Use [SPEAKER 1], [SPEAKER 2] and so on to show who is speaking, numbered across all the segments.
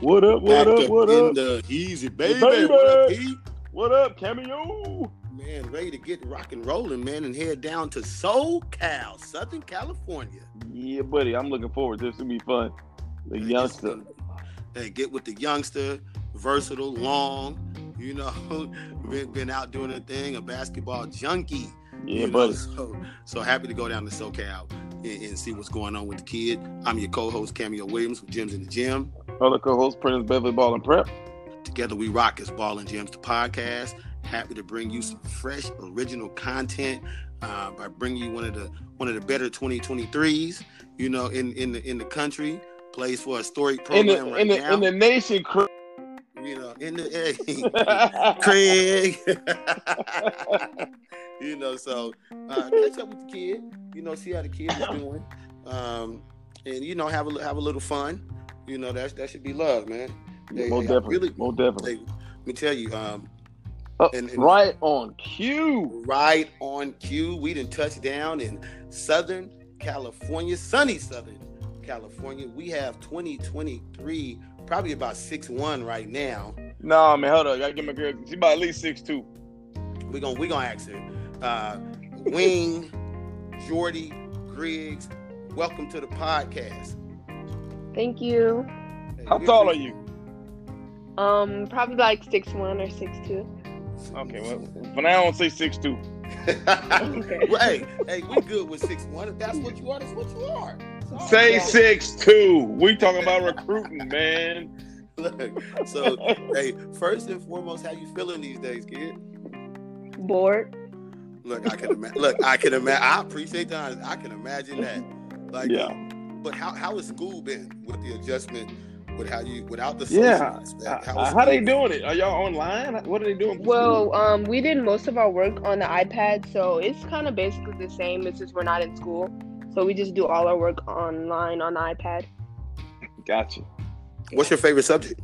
[SPEAKER 1] What up? What
[SPEAKER 2] Back
[SPEAKER 1] up?
[SPEAKER 2] up
[SPEAKER 1] What
[SPEAKER 2] in
[SPEAKER 1] up?
[SPEAKER 2] the easy baby.
[SPEAKER 1] Baby.
[SPEAKER 2] What up, Pete?
[SPEAKER 1] What up, cameo?
[SPEAKER 2] Man, ready to get rock and rolling, man, and head down to SoCal, Southern California.
[SPEAKER 1] Yeah, buddy, I'm looking forward to this. It'll be fun. The
[SPEAKER 2] Man,
[SPEAKER 1] youngster.
[SPEAKER 2] just gonna- Hey, get with the youngster, versatile, long, you know, been, been out doing a thing, a basketball junkie.
[SPEAKER 1] Yeah,
[SPEAKER 2] you know,
[SPEAKER 1] buddy.
[SPEAKER 2] So, so happy to go down to SoCal and, and see what's going on with the kid. I'm your co-host, Cameo Williams with Gems in the Gym.
[SPEAKER 1] Other co host, Prince Beverly Ball and Prep.
[SPEAKER 2] Together we rock as Ball and Gems, the podcast. Happy to bring you some fresh, original content uh, by bringing you one of the one of the better 2023s, you know, in in the in the country. Plays for a historic
[SPEAKER 1] In
[SPEAKER 2] program
[SPEAKER 1] the,
[SPEAKER 2] right
[SPEAKER 1] in, the,
[SPEAKER 2] now.
[SPEAKER 1] in the nation, Chris.
[SPEAKER 2] you know, in the Craig. you know, so uh, catch up with the kid. You know, see how the kid is doing, um, and you know, have a have a little fun. You know, that that should be love, man. They-
[SPEAKER 1] Most
[SPEAKER 2] they are
[SPEAKER 1] definitely.
[SPEAKER 2] really-
[SPEAKER 1] Most definitely.
[SPEAKER 2] Hey, let me tell you, um,
[SPEAKER 1] Uh,
[SPEAKER 2] and- and-
[SPEAKER 1] right on cue.
[SPEAKER 2] right on cue. We didn't touch down in Southern California, sunny Southern California. We have 2023, probably about six one right now.
[SPEAKER 1] Nah, man, hold up. Y'all give my girl. She about at least six two.
[SPEAKER 2] We're gonna we gonna ask her. Uh, Wing, Jordy, Griggs, welcome to the podcast.
[SPEAKER 3] Thank you.
[SPEAKER 2] Hey,
[SPEAKER 1] How
[SPEAKER 2] we
[SPEAKER 1] tall are
[SPEAKER 2] appreciate-
[SPEAKER 1] you?
[SPEAKER 3] Um, probably like six one or six two.
[SPEAKER 1] Okay, well, for now, I don't say six two.
[SPEAKER 3] Okay.
[SPEAKER 2] well, hey, hey, we good with six one. If that's what you are, that's what you are. It's all
[SPEAKER 1] Say
[SPEAKER 2] good.
[SPEAKER 1] six two. We talking about recruiting, man.
[SPEAKER 2] Look, so hey, first and foremost, how you feeling these days, kid?
[SPEAKER 3] Bored.
[SPEAKER 2] Look, I can imagine. Look, I can imagine. I appreciate the honesty. I can imagine that. Like,
[SPEAKER 1] Mm-hmm. Yeah.
[SPEAKER 2] But how how has school been with the adjustment? With how you without the social
[SPEAKER 1] Yeah.
[SPEAKER 2] aspect?
[SPEAKER 1] Uh,
[SPEAKER 2] was
[SPEAKER 1] how they
[SPEAKER 2] school?
[SPEAKER 1] doing it? Are y'all online? What are they doing?
[SPEAKER 3] Well, um, we did most of our work on the iPad, so it's kind of basically the same. It's just we're not in school, so we just do all our work online on the iPad.
[SPEAKER 1] gotcha.
[SPEAKER 2] What's your favorite subject?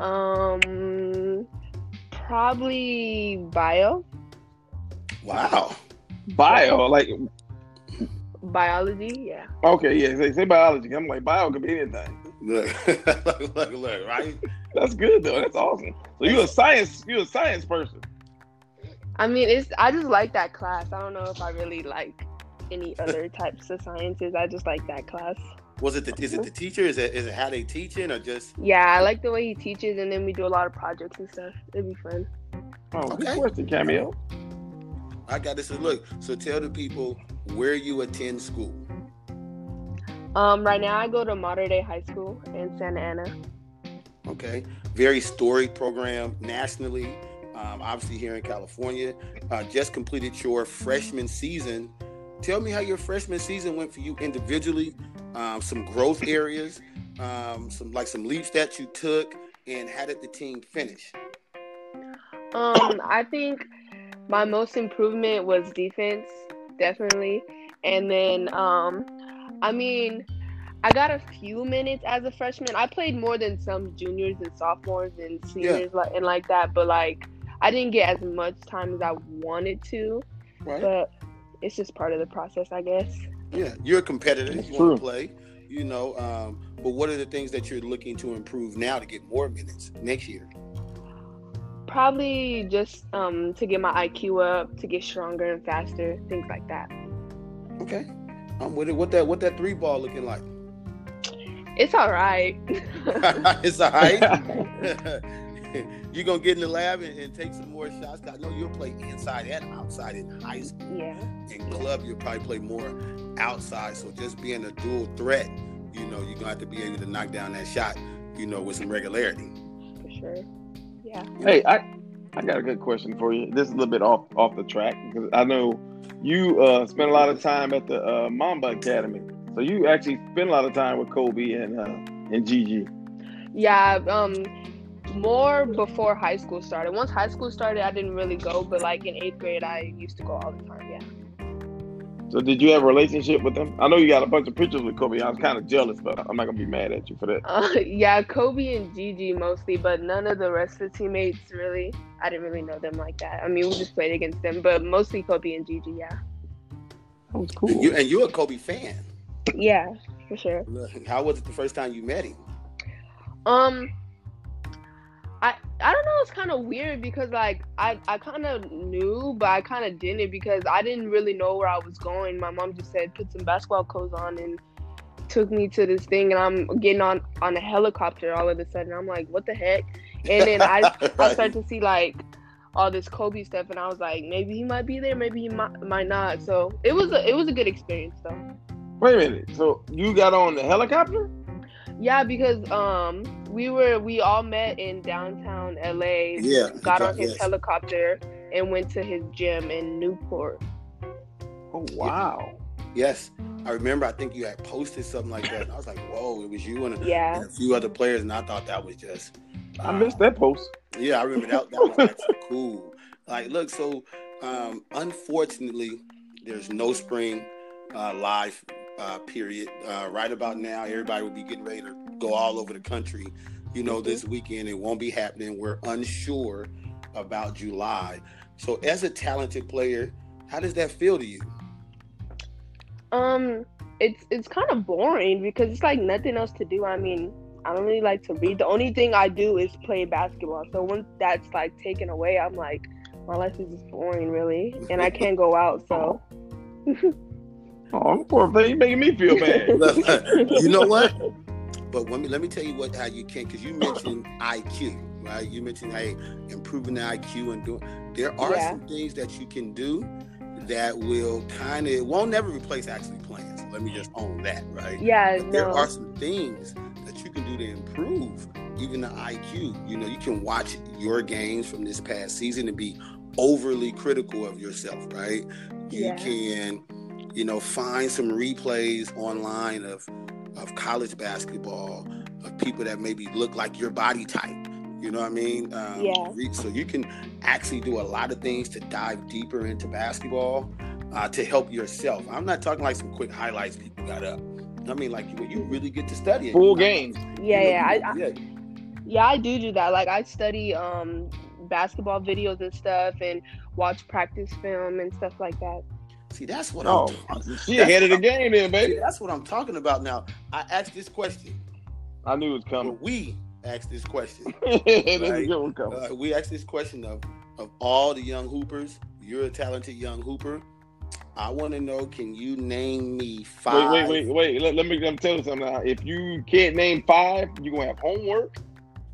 [SPEAKER 3] Um, probably bio,
[SPEAKER 2] Wow.
[SPEAKER 1] Bio, like
[SPEAKER 3] biology. Yeah.
[SPEAKER 1] okay, yeah. Say, say biology. I'm like bio could be anything.
[SPEAKER 2] Look, look, look, look, right?
[SPEAKER 1] That's good though. That's awesome. So you a science? You a science person?
[SPEAKER 3] I mean, it's I just like that class. I don't know if I really like any other types of sciences. I just like that class.
[SPEAKER 2] Was it the is it the teacher? Is it is it how they teaching or just
[SPEAKER 3] Yeah, I like the way he teaches, and then we do a lot of projects and stuff. It'd be fun.
[SPEAKER 1] Oh,
[SPEAKER 2] Okay.
[SPEAKER 1] good question, cameo.
[SPEAKER 2] I got this look. So tell the people where you attend school.
[SPEAKER 3] Um, right now I go to Modern Day High School in Santa Ana.
[SPEAKER 2] Okay. Very storied program nationally, um, obviously here in California. Uh, just completed your freshman season. Tell me how your freshman season went for you individually, um, some growth areas, um, some like some leaps that you took, and how did the team finish?
[SPEAKER 3] Um, I think my most improvement was defense, definitely. And then, um, I mean, I got a few minutes as a freshman. I played more than some juniors and sophomores and seniors like and like that, but like I didn't get as much time as I wanted to.
[SPEAKER 2] Right.
[SPEAKER 3] But it's just part of the process, I guess.
[SPEAKER 2] Yeah, you're a competitor.
[SPEAKER 1] That's
[SPEAKER 2] you want to
[SPEAKER 1] true.
[SPEAKER 2] play, you know. Um, but what are the things that you're looking to improve now to get more minutes next year?
[SPEAKER 3] Probably just um, to get my IQ up, to get stronger and faster, things like that.
[SPEAKER 2] Okay, I'm with it. Um, What that what that three ball looking like?
[SPEAKER 3] It's all right.
[SPEAKER 2] it's all right. you gonna get in the lab and, and take some more shots. I know you'll play inside and outside in high school.
[SPEAKER 3] yeah.
[SPEAKER 2] In club, you'll probably play more outside. So just being a dual threat, you know, you're gonna have to be able to knock down that shot, you know, with some regularity.
[SPEAKER 3] For sure. Yeah.
[SPEAKER 1] Hey, I I got a good question for you. This is a little bit off off the track because I know you uh, spent a lot of time at the uh, Mamba Academy, so you actually spent a lot of time with Kobe and uh, and Gigi.
[SPEAKER 3] Yeah. Um, more before high school started. Once high school started, I didn't really go, but like in eighth grade, I used to go all the time. Yeah.
[SPEAKER 1] So did you have a relationship with them? I know you got a bunch of pictures with Kobe. I was kind of jealous, but I'm not gonna be mad at you for that.
[SPEAKER 3] Uh, yeah. Kobe and Gigi mostly, but none of the rest of the teammates really. I didn't really know them like that. I mean, we just played against them, but mostly Kobe and Gigi. Yeah.
[SPEAKER 1] That was cool.
[SPEAKER 2] And, you, and you're a Kobe fan.
[SPEAKER 3] Yeah. For sure.
[SPEAKER 2] Look, How was it the first time you met him?
[SPEAKER 3] Um, I I don't know. It's kind of weird because like I I kind of knew, but I kind of didn't because I didn't really know where I was going. My mom just said put some basketball clothes on and took me to this thing, and I'm getting on on a helicopter all of a sudden. I'm like, what the heck? And then I I
[SPEAKER 2] Right.
[SPEAKER 3] start to see like all this Kobe stuff, and I was like, maybe he might be there, maybe he might, might not. So it was a, it was a good experience though.
[SPEAKER 1] Wait a minute. So you got on the helicopter?
[SPEAKER 3] Yeah, because um we were we all met in downtown LA.
[SPEAKER 2] Yeah.
[SPEAKER 3] Got on his
[SPEAKER 2] yes.
[SPEAKER 3] helicopter and went to his gym in Newport.
[SPEAKER 1] Oh wow.
[SPEAKER 2] Yes, I remember. I think you had posted something like that, and I was like, "Whoa!" It was you and a,
[SPEAKER 3] Yeah.
[SPEAKER 2] and a few other players, and I thought that was just.
[SPEAKER 1] I
[SPEAKER 2] uh,
[SPEAKER 1] missed that post.
[SPEAKER 2] Yeah, I remember that. That was actually cool. Like, look, so um, unfortunately, there's no spring uh, live uh, period. Uh, right about now, everybody will be getting ready to go all over the country. You know, this
[SPEAKER 1] Mm-hmm.
[SPEAKER 2] weekend it won't be happening. We're unsure about July. So, as a talented player, how does that feel to you?
[SPEAKER 3] Um it's it's kind of boring because it's like nothing else to do. I mean, I don't really like to read. The only thing I do is play basketball. So once that's like taken away, I'm like my life is just boring really and I can't go out so
[SPEAKER 1] Oh, poor thing. You're making me feel bad.
[SPEAKER 2] Look, you know what? But let me let me tell you what how you can because you mentioned IQ, right? You mentioned hey, improving the IQ and doing. There are
[SPEAKER 3] Yeah.
[SPEAKER 2] some things that you can do that will kind of it won't never replace actually playing. So let me just own that, right?
[SPEAKER 3] yeah,
[SPEAKER 2] But there
[SPEAKER 3] no.
[SPEAKER 2] are some things that you can do to improve even the IQ. You know, you can watch your games from this past season and be overly critical of yourself, right? You
[SPEAKER 3] Yeah.
[SPEAKER 2] can, you know, find some replays online of of college basketball of people that maybe look like your body type. You know what I mean? Um,
[SPEAKER 3] Yeah.
[SPEAKER 2] re- So you can actually do a lot of things to dive deeper into basketball uh, to help yourself. I'm not talking like some quick highlights people got up. I mean, like when you really get to study it.
[SPEAKER 1] Full
[SPEAKER 2] You know,
[SPEAKER 1] games.
[SPEAKER 2] you
[SPEAKER 3] Yeah,
[SPEAKER 2] know,
[SPEAKER 3] yeah. I,
[SPEAKER 2] you- yeah.
[SPEAKER 3] Yeah, I do do that. Like I study um basketball videos and stuff and watch practice film and stuff like that.
[SPEAKER 2] See, that's what
[SPEAKER 1] Oh,
[SPEAKER 2] I'm talking
[SPEAKER 1] she ahead of the game then,
[SPEAKER 2] See,
[SPEAKER 1] baby.
[SPEAKER 2] that's what I'm talking about now. I asked this question.
[SPEAKER 1] I knew it was
[SPEAKER 2] Or
[SPEAKER 1] coming.
[SPEAKER 2] we asked this question.
[SPEAKER 1] this is a good one coming.
[SPEAKER 2] Uh, we asked this question of of all the young hoopers. You're a talented young hooper. I want to know, can you name me
[SPEAKER 1] Wait,
[SPEAKER 2] five?
[SPEAKER 1] wait, wait, wait. Let, let me let me tell you something. Now. If you can't name five, you're gonna have homework.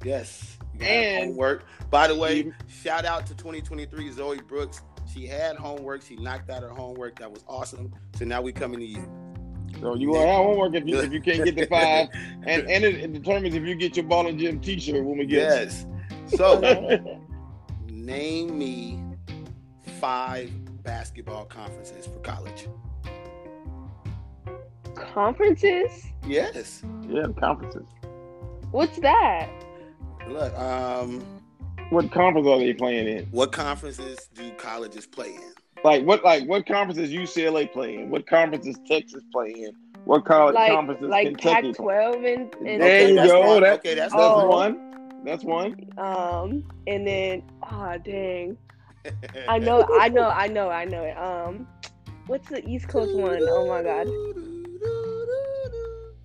[SPEAKER 2] Yes. You got
[SPEAKER 1] And-
[SPEAKER 2] homework. By the way,
[SPEAKER 1] You-
[SPEAKER 2] shout out to 2023 Zoe Brooks. She had homework. She knocked out her homework. That was awesome. So now we coming to you.
[SPEAKER 1] So you gonna have homework if you if you can't get the five, and and it, it determines if you get your ball and gym T-shirt when we get.
[SPEAKER 2] Yes. So
[SPEAKER 3] Okay.
[SPEAKER 2] name me five basketball conferences for college.
[SPEAKER 3] Conferences?
[SPEAKER 2] Yes.
[SPEAKER 1] Yeah, conferences.
[SPEAKER 3] What's that?
[SPEAKER 2] Look, um,
[SPEAKER 1] What conference are they playing in?
[SPEAKER 2] what conferences do colleges play in?
[SPEAKER 1] Like what like what conference is UCLA playing? What conference is Texas playing? What college
[SPEAKER 3] like
[SPEAKER 1] Oh, conference is
[SPEAKER 3] like
[SPEAKER 1] Kentucky playing?
[SPEAKER 3] Pac-12 and, and
[SPEAKER 1] There
[SPEAKER 2] Okay,
[SPEAKER 1] you
[SPEAKER 2] that's
[SPEAKER 1] go.
[SPEAKER 2] one.
[SPEAKER 1] That-
[SPEAKER 2] okay, that's
[SPEAKER 1] That's
[SPEAKER 3] Oh.
[SPEAKER 1] one. That's one.
[SPEAKER 3] um and then ah dang.
[SPEAKER 2] one.
[SPEAKER 3] I know I know I know I know it. Um what's the East Coast one? Oh my god.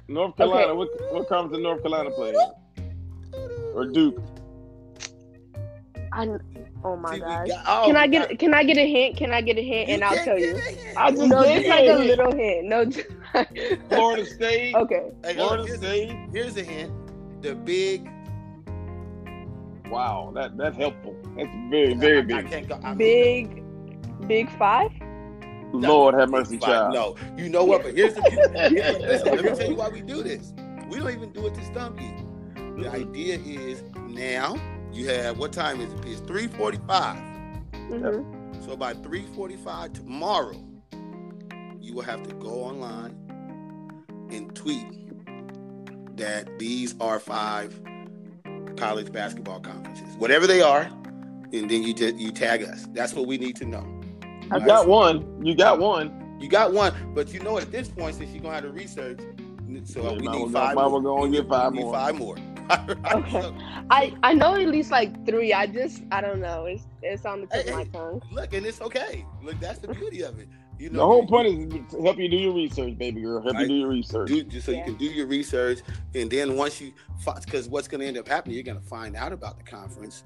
[SPEAKER 1] North Carolina. What what conference is North Carolina playing? in? Or Duke?
[SPEAKER 3] I Oh my
[SPEAKER 2] See, we
[SPEAKER 3] gosh.
[SPEAKER 2] got- oh,
[SPEAKER 3] Can I
[SPEAKER 2] we got-
[SPEAKER 3] get can I get a hint? Can I get a hint
[SPEAKER 2] You
[SPEAKER 3] and I'll
[SPEAKER 2] can't
[SPEAKER 3] tell
[SPEAKER 2] get
[SPEAKER 3] you.
[SPEAKER 2] it here.
[SPEAKER 1] I just
[SPEAKER 3] No,
[SPEAKER 1] did
[SPEAKER 3] just like a
[SPEAKER 1] it.
[SPEAKER 3] little hint. No. Just,
[SPEAKER 1] Florida State.
[SPEAKER 3] okay.
[SPEAKER 2] Hey, look,
[SPEAKER 1] Florida
[SPEAKER 2] here's,
[SPEAKER 1] State.
[SPEAKER 2] here's a hint. The big,
[SPEAKER 1] Wow, that that's helpful. That's very very
[SPEAKER 2] I, I
[SPEAKER 1] big.
[SPEAKER 2] can't go. I mean,
[SPEAKER 3] Big Big Five?
[SPEAKER 2] no,
[SPEAKER 1] Lord have
[SPEAKER 2] big
[SPEAKER 1] mercy, child.
[SPEAKER 2] five. No, you know what? But here's the. here's- listen, let me tell you why we do this. We don't even do it to stump you. The idea is now you have what time is it? It's three forty-five.
[SPEAKER 3] Mhm.
[SPEAKER 2] So by 3:45 tomorrow, you will have to go online and tweet that these are five college basketball conferences, whatever they are, and then you just you tag us. That's what we need to know.
[SPEAKER 1] I got one. You got one.
[SPEAKER 2] You got one, but you know at this point since you're gonna have to research, so
[SPEAKER 1] Yeah,
[SPEAKER 2] we
[SPEAKER 1] might
[SPEAKER 2] need
[SPEAKER 1] as well-
[SPEAKER 2] five.
[SPEAKER 1] might as well
[SPEAKER 2] more.
[SPEAKER 1] go and get five
[SPEAKER 2] we need
[SPEAKER 1] more.
[SPEAKER 2] five more.
[SPEAKER 3] Okay. I I know at least like three. I just I don't know. It's it's on the tip of my tongue.
[SPEAKER 2] Look, and it's okay. Look, that's the beauty of it. You
[SPEAKER 1] The whole point is to help you do your research, baby girl. Help you do your research.
[SPEAKER 2] do just so you
[SPEAKER 3] Yeah.
[SPEAKER 2] can do your research and then once you because what's going to end up happening you're going to find out about the conference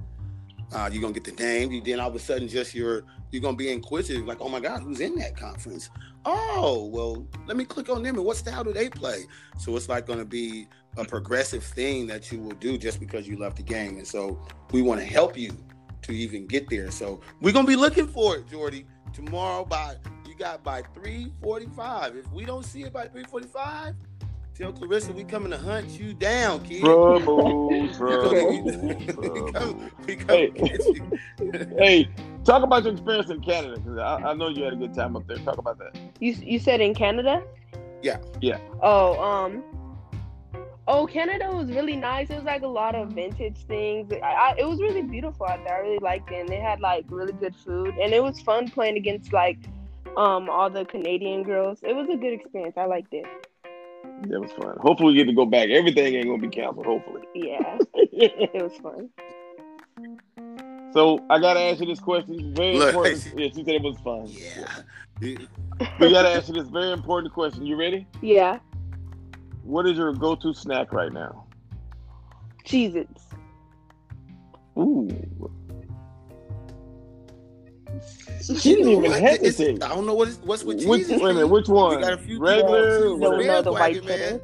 [SPEAKER 2] uh, you're going to get the name you then all of a sudden just you're you're going to be inquisitive like oh my god who's in that conference oh well let me click on them and what style do they play so it's like going to be a progressive thing that you will do just because you love the game and so we want to help you to even get there so we're going to be looking for it jordy tomorrow by you got by 345 if we don't see it by 345 Tell Clarissa we coming to hunt you down, kid.
[SPEAKER 1] Trouble,
[SPEAKER 2] You
[SPEAKER 1] trouble,
[SPEAKER 2] gonna get- we
[SPEAKER 1] trouble.
[SPEAKER 2] come, we come
[SPEAKER 1] Hey.
[SPEAKER 2] get you.
[SPEAKER 1] Hey, talk about your experience in Canada because I, I know you had a good time up there. Talk about that.
[SPEAKER 3] You you said in Canada?
[SPEAKER 2] Yeah.
[SPEAKER 1] Yeah.
[SPEAKER 3] Oh, um Oh, Canada was really nice. It was like a lot of vintage things. I, I, it was really beautiful out there. I really liked it. And they had like really good food. And it was fun playing against like um all the Canadian girls. It was a good experience. I liked it.
[SPEAKER 1] That was fun. Hopefully, we get to go back. Everything ain't gonna be canceled. Hopefully.
[SPEAKER 3] Yeah. it was fun.
[SPEAKER 1] So I gotta ask you this question. It's Very
[SPEAKER 2] Look,
[SPEAKER 1] important.
[SPEAKER 2] she-
[SPEAKER 1] Yeah, she said it was fun.
[SPEAKER 2] Yeah. You-
[SPEAKER 1] We gotta ask you this very important question. You ready?
[SPEAKER 3] Yeah.
[SPEAKER 1] What is your go-to snack right now?
[SPEAKER 3] Cheez Its.
[SPEAKER 1] Ooh. She didn't even
[SPEAKER 2] It's-
[SPEAKER 1] hesitate.
[SPEAKER 2] I don't know what is, what's with
[SPEAKER 1] Which,
[SPEAKER 2] Jesus.
[SPEAKER 1] wait a minute, which one?
[SPEAKER 2] got a few
[SPEAKER 1] Regular
[SPEAKER 2] people-
[SPEAKER 1] or
[SPEAKER 3] No,
[SPEAKER 1] whatever?
[SPEAKER 3] no, the white
[SPEAKER 2] Bandwagon, man.
[SPEAKER 3] cheddar.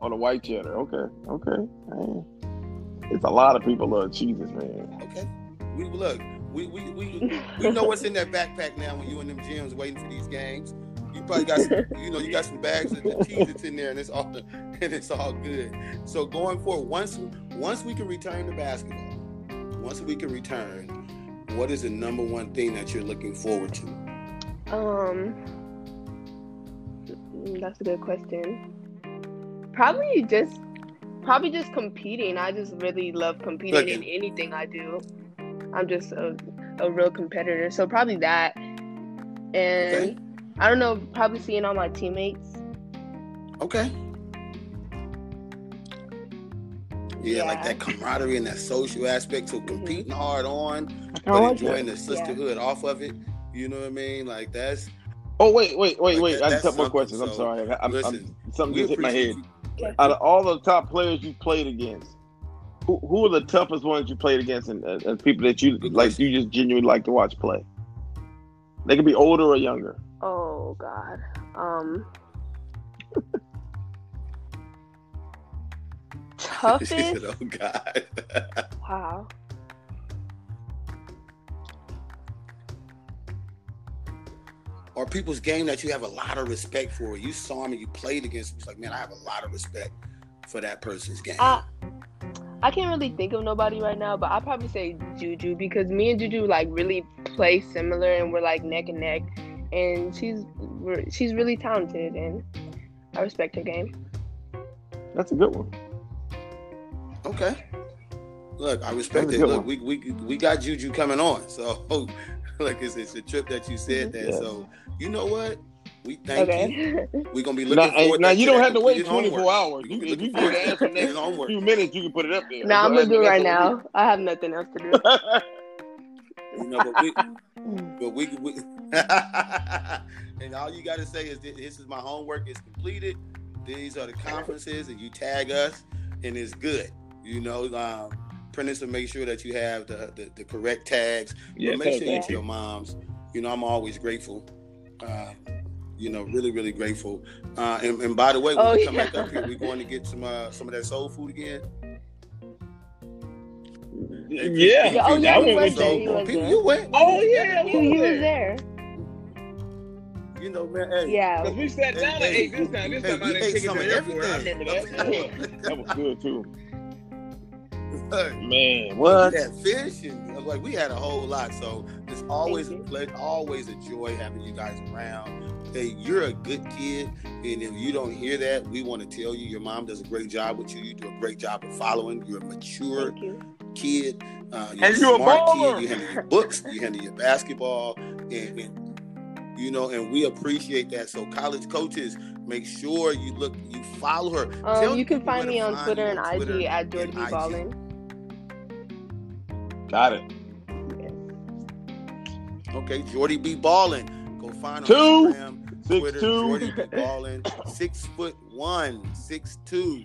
[SPEAKER 1] on a white cheddar. Okay, okay. Man. It's a lot of people love cheeses, man.
[SPEAKER 2] Okay. We look. We we, we we know what's in that backpack now when you in them gyms waiting for these games. You probably got some, you know you got some bags of the cheese that's in there and it's all and it's all good. So going forward, once once we can return to basketball, once we can return, what is the number one thing that you're looking forward to?
[SPEAKER 3] Um, mm, that's a good question. Probably just, probably just competing. I just really love competing
[SPEAKER 2] Look,
[SPEAKER 3] in anything I do. I'm just a, a real competitor, so probably that. And
[SPEAKER 2] Okay.
[SPEAKER 3] I don't know, probably seeing all my teammates.
[SPEAKER 2] Okay. Yeah, like
[SPEAKER 3] Yeah.
[SPEAKER 2] that camaraderie and that social aspect. So competing hard on,
[SPEAKER 1] Mm-hmm. I
[SPEAKER 2] but
[SPEAKER 1] like that.
[SPEAKER 2] enjoying the sisterhood off of it. You know what I mean? Like that's
[SPEAKER 1] Oh wait, wait, wait,
[SPEAKER 2] Like
[SPEAKER 1] wait!
[SPEAKER 2] that-
[SPEAKER 1] I just have
[SPEAKER 2] that's
[SPEAKER 1] more
[SPEAKER 2] something,
[SPEAKER 1] questions. I'm
[SPEAKER 2] so,
[SPEAKER 1] sorry. I, I'm,
[SPEAKER 2] listen,
[SPEAKER 1] I'm, something
[SPEAKER 2] we
[SPEAKER 1] just hit my
[SPEAKER 2] appreciate
[SPEAKER 1] head.
[SPEAKER 2] you.
[SPEAKER 1] Out of all the top players you played against, who, who are the toughest ones you played against, and, and, and people that you
[SPEAKER 2] Good
[SPEAKER 1] like?
[SPEAKER 2] question.
[SPEAKER 1] You just genuinely like to watch play. They could be older or younger.
[SPEAKER 3] Oh God. Um.
[SPEAKER 2] She said,
[SPEAKER 3] toughest.
[SPEAKER 2] oh God.
[SPEAKER 3] Wow.
[SPEAKER 2] or people's game that you have a lot of respect for. You saw him and you played against him. It's like, man, I have a lot of respect for that person's game.
[SPEAKER 3] I I can't really think of nobody right now, but I'll probably say Juju because me and Juju like really play similar and we're like neck and neck, and she's we're, she's really talented and I respect her game.
[SPEAKER 1] That's a good one.
[SPEAKER 2] Okay. Look, I respect
[SPEAKER 1] That's a
[SPEAKER 2] it.
[SPEAKER 1] good one.
[SPEAKER 2] Look, we, we we got Juju coming on. So look, it's, it's a trip that you said that.
[SPEAKER 1] Yes.
[SPEAKER 2] So you know what? We thank you.
[SPEAKER 3] okay.
[SPEAKER 2] We're gonna be
[SPEAKER 1] Now,
[SPEAKER 2] looking forward.
[SPEAKER 1] now
[SPEAKER 2] to
[SPEAKER 1] you
[SPEAKER 2] that
[SPEAKER 1] don't have to wait
[SPEAKER 2] completed
[SPEAKER 1] 24
[SPEAKER 2] homework.
[SPEAKER 1] hours. You,
[SPEAKER 2] We're gonna be
[SPEAKER 1] if you
[SPEAKER 2] looking
[SPEAKER 1] get an
[SPEAKER 2] forward
[SPEAKER 1] answer next
[SPEAKER 2] to completed homework.
[SPEAKER 1] few minutes, you can put it up there.
[SPEAKER 3] no, I'm
[SPEAKER 1] That's
[SPEAKER 3] gonna do it
[SPEAKER 1] what-
[SPEAKER 3] right
[SPEAKER 1] that's what
[SPEAKER 3] now. I have nothing else to do.
[SPEAKER 1] we do.
[SPEAKER 2] You know, but we, but we, we and all you got to say is that this is my homework. It's completed. These are the conferences, and you tag us, and it's good. You know, um, Prentice will make sure that you have the the, the correct tags.
[SPEAKER 1] Yeah,
[SPEAKER 2] but make sure you
[SPEAKER 1] thank
[SPEAKER 2] to your moms. You know, I'm always grateful. Uh, you know, really, really grateful. Uh, and, and by the way, when
[SPEAKER 3] Oh,
[SPEAKER 2] we come
[SPEAKER 3] yeah.
[SPEAKER 2] back up here, we're going to get some uh, some of that soul food again.
[SPEAKER 1] you. Yeah.
[SPEAKER 3] Yeah, oh, yeah,
[SPEAKER 1] I
[SPEAKER 3] we
[SPEAKER 1] went
[SPEAKER 3] were
[SPEAKER 1] with
[SPEAKER 3] there,
[SPEAKER 1] you.
[SPEAKER 3] you were- was
[SPEAKER 2] people,
[SPEAKER 3] there.
[SPEAKER 2] you went.
[SPEAKER 1] Oh, yeah.
[SPEAKER 3] You, you was there.
[SPEAKER 2] You know, man. Hey,
[SPEAKER 3] Yeah.
[SPEAKER 1] Because we sat down and
[SPEAKER 2] Hey,
[SPEAKER 1] ate this time. This
[SPEAKER 2] hey,
[SPEAKER 1] time
[SPEAKER 2] we
[SPEAKER 1] I didn't
[SPEAKER 2] ate
[SPEAKER 1] take it
[SPEAKER 2] some
[SPEAKER 1] to
[SPEAKER 2] of
[SPEAKER 1] the airport. I
[SPEAKER 2] everything.
[SPEAKER 1] remember that. that was good, too.
[SPEAKER 2] Look,
[SPEAKER 1] Man,
[SPEAKER 2] We had fish and like we had a whole lot. So it's always a
[SPEAKER 3] Thank you.
[SPEAKER 2] ple- always a joy having you guys around. Hey, you're a good kid, and if you don't hear that, we want to tell you your mom does a great job with you. You do a great job of following. You're a mature
[SPEAKER 3] Thank you.
[SPEAKER 2] kid. Uh, you're
[SPEAKER 1] And
[SPEAKER 2] a
[SPEAKER 1] you're a
[SPEAKER 2] smart
[SPEAKER 1] baller.
[SPEAKER 2] kid. You handle your books. You handle your basketball, and, and you know, and we appreciate that. So college coaches, make sure you look, you follow her. Tell
[SPEAKER 3] Um, you can
[SPEAKER 2] people where
[SPEAKER 3] find
[SPEAKER 2] to
[SPEAKER 3] me on
[SPEAKER 2] find
[SPEAKER 3] Twitter
[SPEAKER 2] you
[SPEAKER 3] and
[SPEAKER 2] on Twitter
[SPEAKER 3] IG at Jordan
[SPEAKER 2] and
[SPEAKER 3] B.
[SPEAKER 2] IG.
[SPEAKER 3] Ballin.
[SPEAKER 1] Got it.
[SPEAKER 2] Okay, Jordy B. Ballin. Go find
[SPEAKER 1] Two.
[SPEAKER 2] on Instagram,
[SPEAKER 1] Six
[SPEAKER 2] Twitter,
[SPEAKER 1] two.
[SPEAKER 2] Jordy be balling. Six foot one, six two,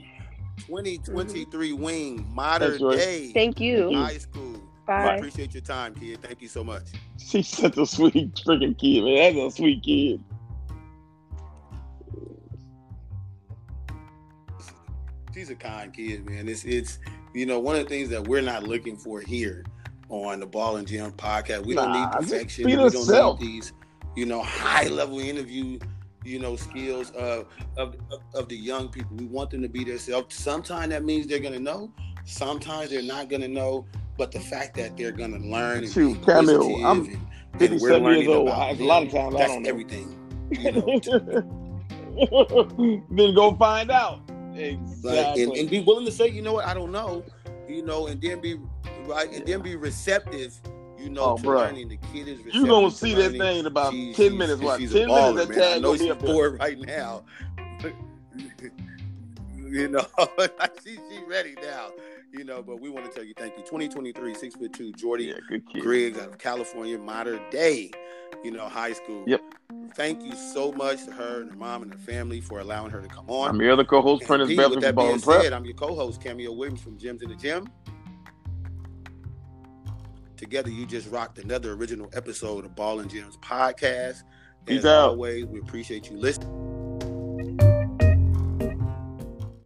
[SPEAKER 2] 2023 wing, modern
[SPEAKER 1] That's right.
[SPEAKER 2] day
[SPEAKER 3] Mm-hmm. Thank you.
[SPEAKER 2] high school. I
[SPEAKER 3] Bye.
[SPEAKER 2] appreciate your time, kid. Thank you so much.
[SPEAKER 1] She's such a sweet freaking kid, man. That's a sweet kid.
[SPEAKER 2] She's a kind kid, man. It's it's you know one of the things that we're not looking for here on the Ball and Jam podcast. We don't
[SPEAKER 1] Nah,
[SPEAKER 2] need
[SPEAKER 1] just
[SPEAKER 2] perfection.
[SPEAKER 1] be
[SPEAKER 2] We don't
[SPEAKER 1] yourself.
[SPEAKER 2] need these you know high level interview you know skills of of, of of the young people. We want them to be themselves. Sometimes that means they're gonna know. Sometimes they're not gonna know. But the fact that they're gonna learn and
[SPEAKER 1] Shoot,
[SPEAKER 2] be
[SPEAKER 1] Camille,
[SPEAKER 2] inquisitive
[SPEAKER 1] I'm
[SPEAKER 2] and- and, we're
[SPEAKER 1] 57
[SPEAKER 2] learning
[SPEAKER 1] years old.
[SPEAKER 2] about
[SPEAKER 1] I, a
[SPEAKER 2] them,
[SPEAKER 1] lot of times I
[SPEAKER 2] that's
[SPEAKER 1] don't know.
[SPEAKER 2] everything. you know.
[SPEAKER 1] then go find out.
[SPEAKER 2] Like,
[SPEAKER 1] Exactly.
[SPEAKER 2] and, and be willing to say, you know what, I don't know, you know, and then be right, and then be receptive, you know,
[SPEAKER 1] Oh,
[SPEAKER 2] to
[SPEAKER 1] bruh.
[SPEAKER 2] learning. The kid is receptive
[SPEAKER 1] you gonna
[SPEAKER 2] to
[SPEAKER 1] see that
[SPEAKER 2] learning.
[SPEAKER 1] thing in about
[SPEAKER 2] She's-
[SPEAKER 1] ten
[SPEAKER 2] she's-
[SPEAKER 1] minutes. What?
[SPEAKER 2] she's a
[SPEAKER 1] Ten
[SPEAKER 2] baller,
[SPEAKER 1] minutes. That
[SPEAKER 2] man. I
[SPEAKER 1] tag
[SPEAKER 2] know
[SPEAKER 1] gonna
[SPEAKER 2] she's
[SPEAKER 1] be up there.
[SPEAKER 2] bored right now. you know, she, she ready now. You know, but we want to tell you thank you. 2023, six foot two, Jordy
[SPEAKER 1] Yeah, good kid.
[SPEAKER 2] Griggs out of California, modern day, you know, high school.
[SPEAKER 1] Yep.
[SPEAKER 2] Thank you so much to her and her mom and her family for allowing her to come on.
[SPEAKER 1] I'm your other co-host,
[SPEAKER 2] And
[SPEAKER 1] Prentice
[SPEAKER 2] Pete,
[SPEAKER 1] Beverly
[SPEAKER 2] with
[SPEAKER 1] from
[SPEAKER 2] that
[SPEAKER 1] Ball
[SPEAKER 2] being
[SPEAKER 1] and Prep.
[SPEAKER 2] said, I'm your co-host, Cameo Williams from Gyms in the Gym. Together, you just rocked another original episode of Ball and Gyms podcast.
[SPEAKER 1] Peace
[SPEAKER 2] As
[SPEAKER 1] out.
[SPEAKER 2] always, we appreciate you listening.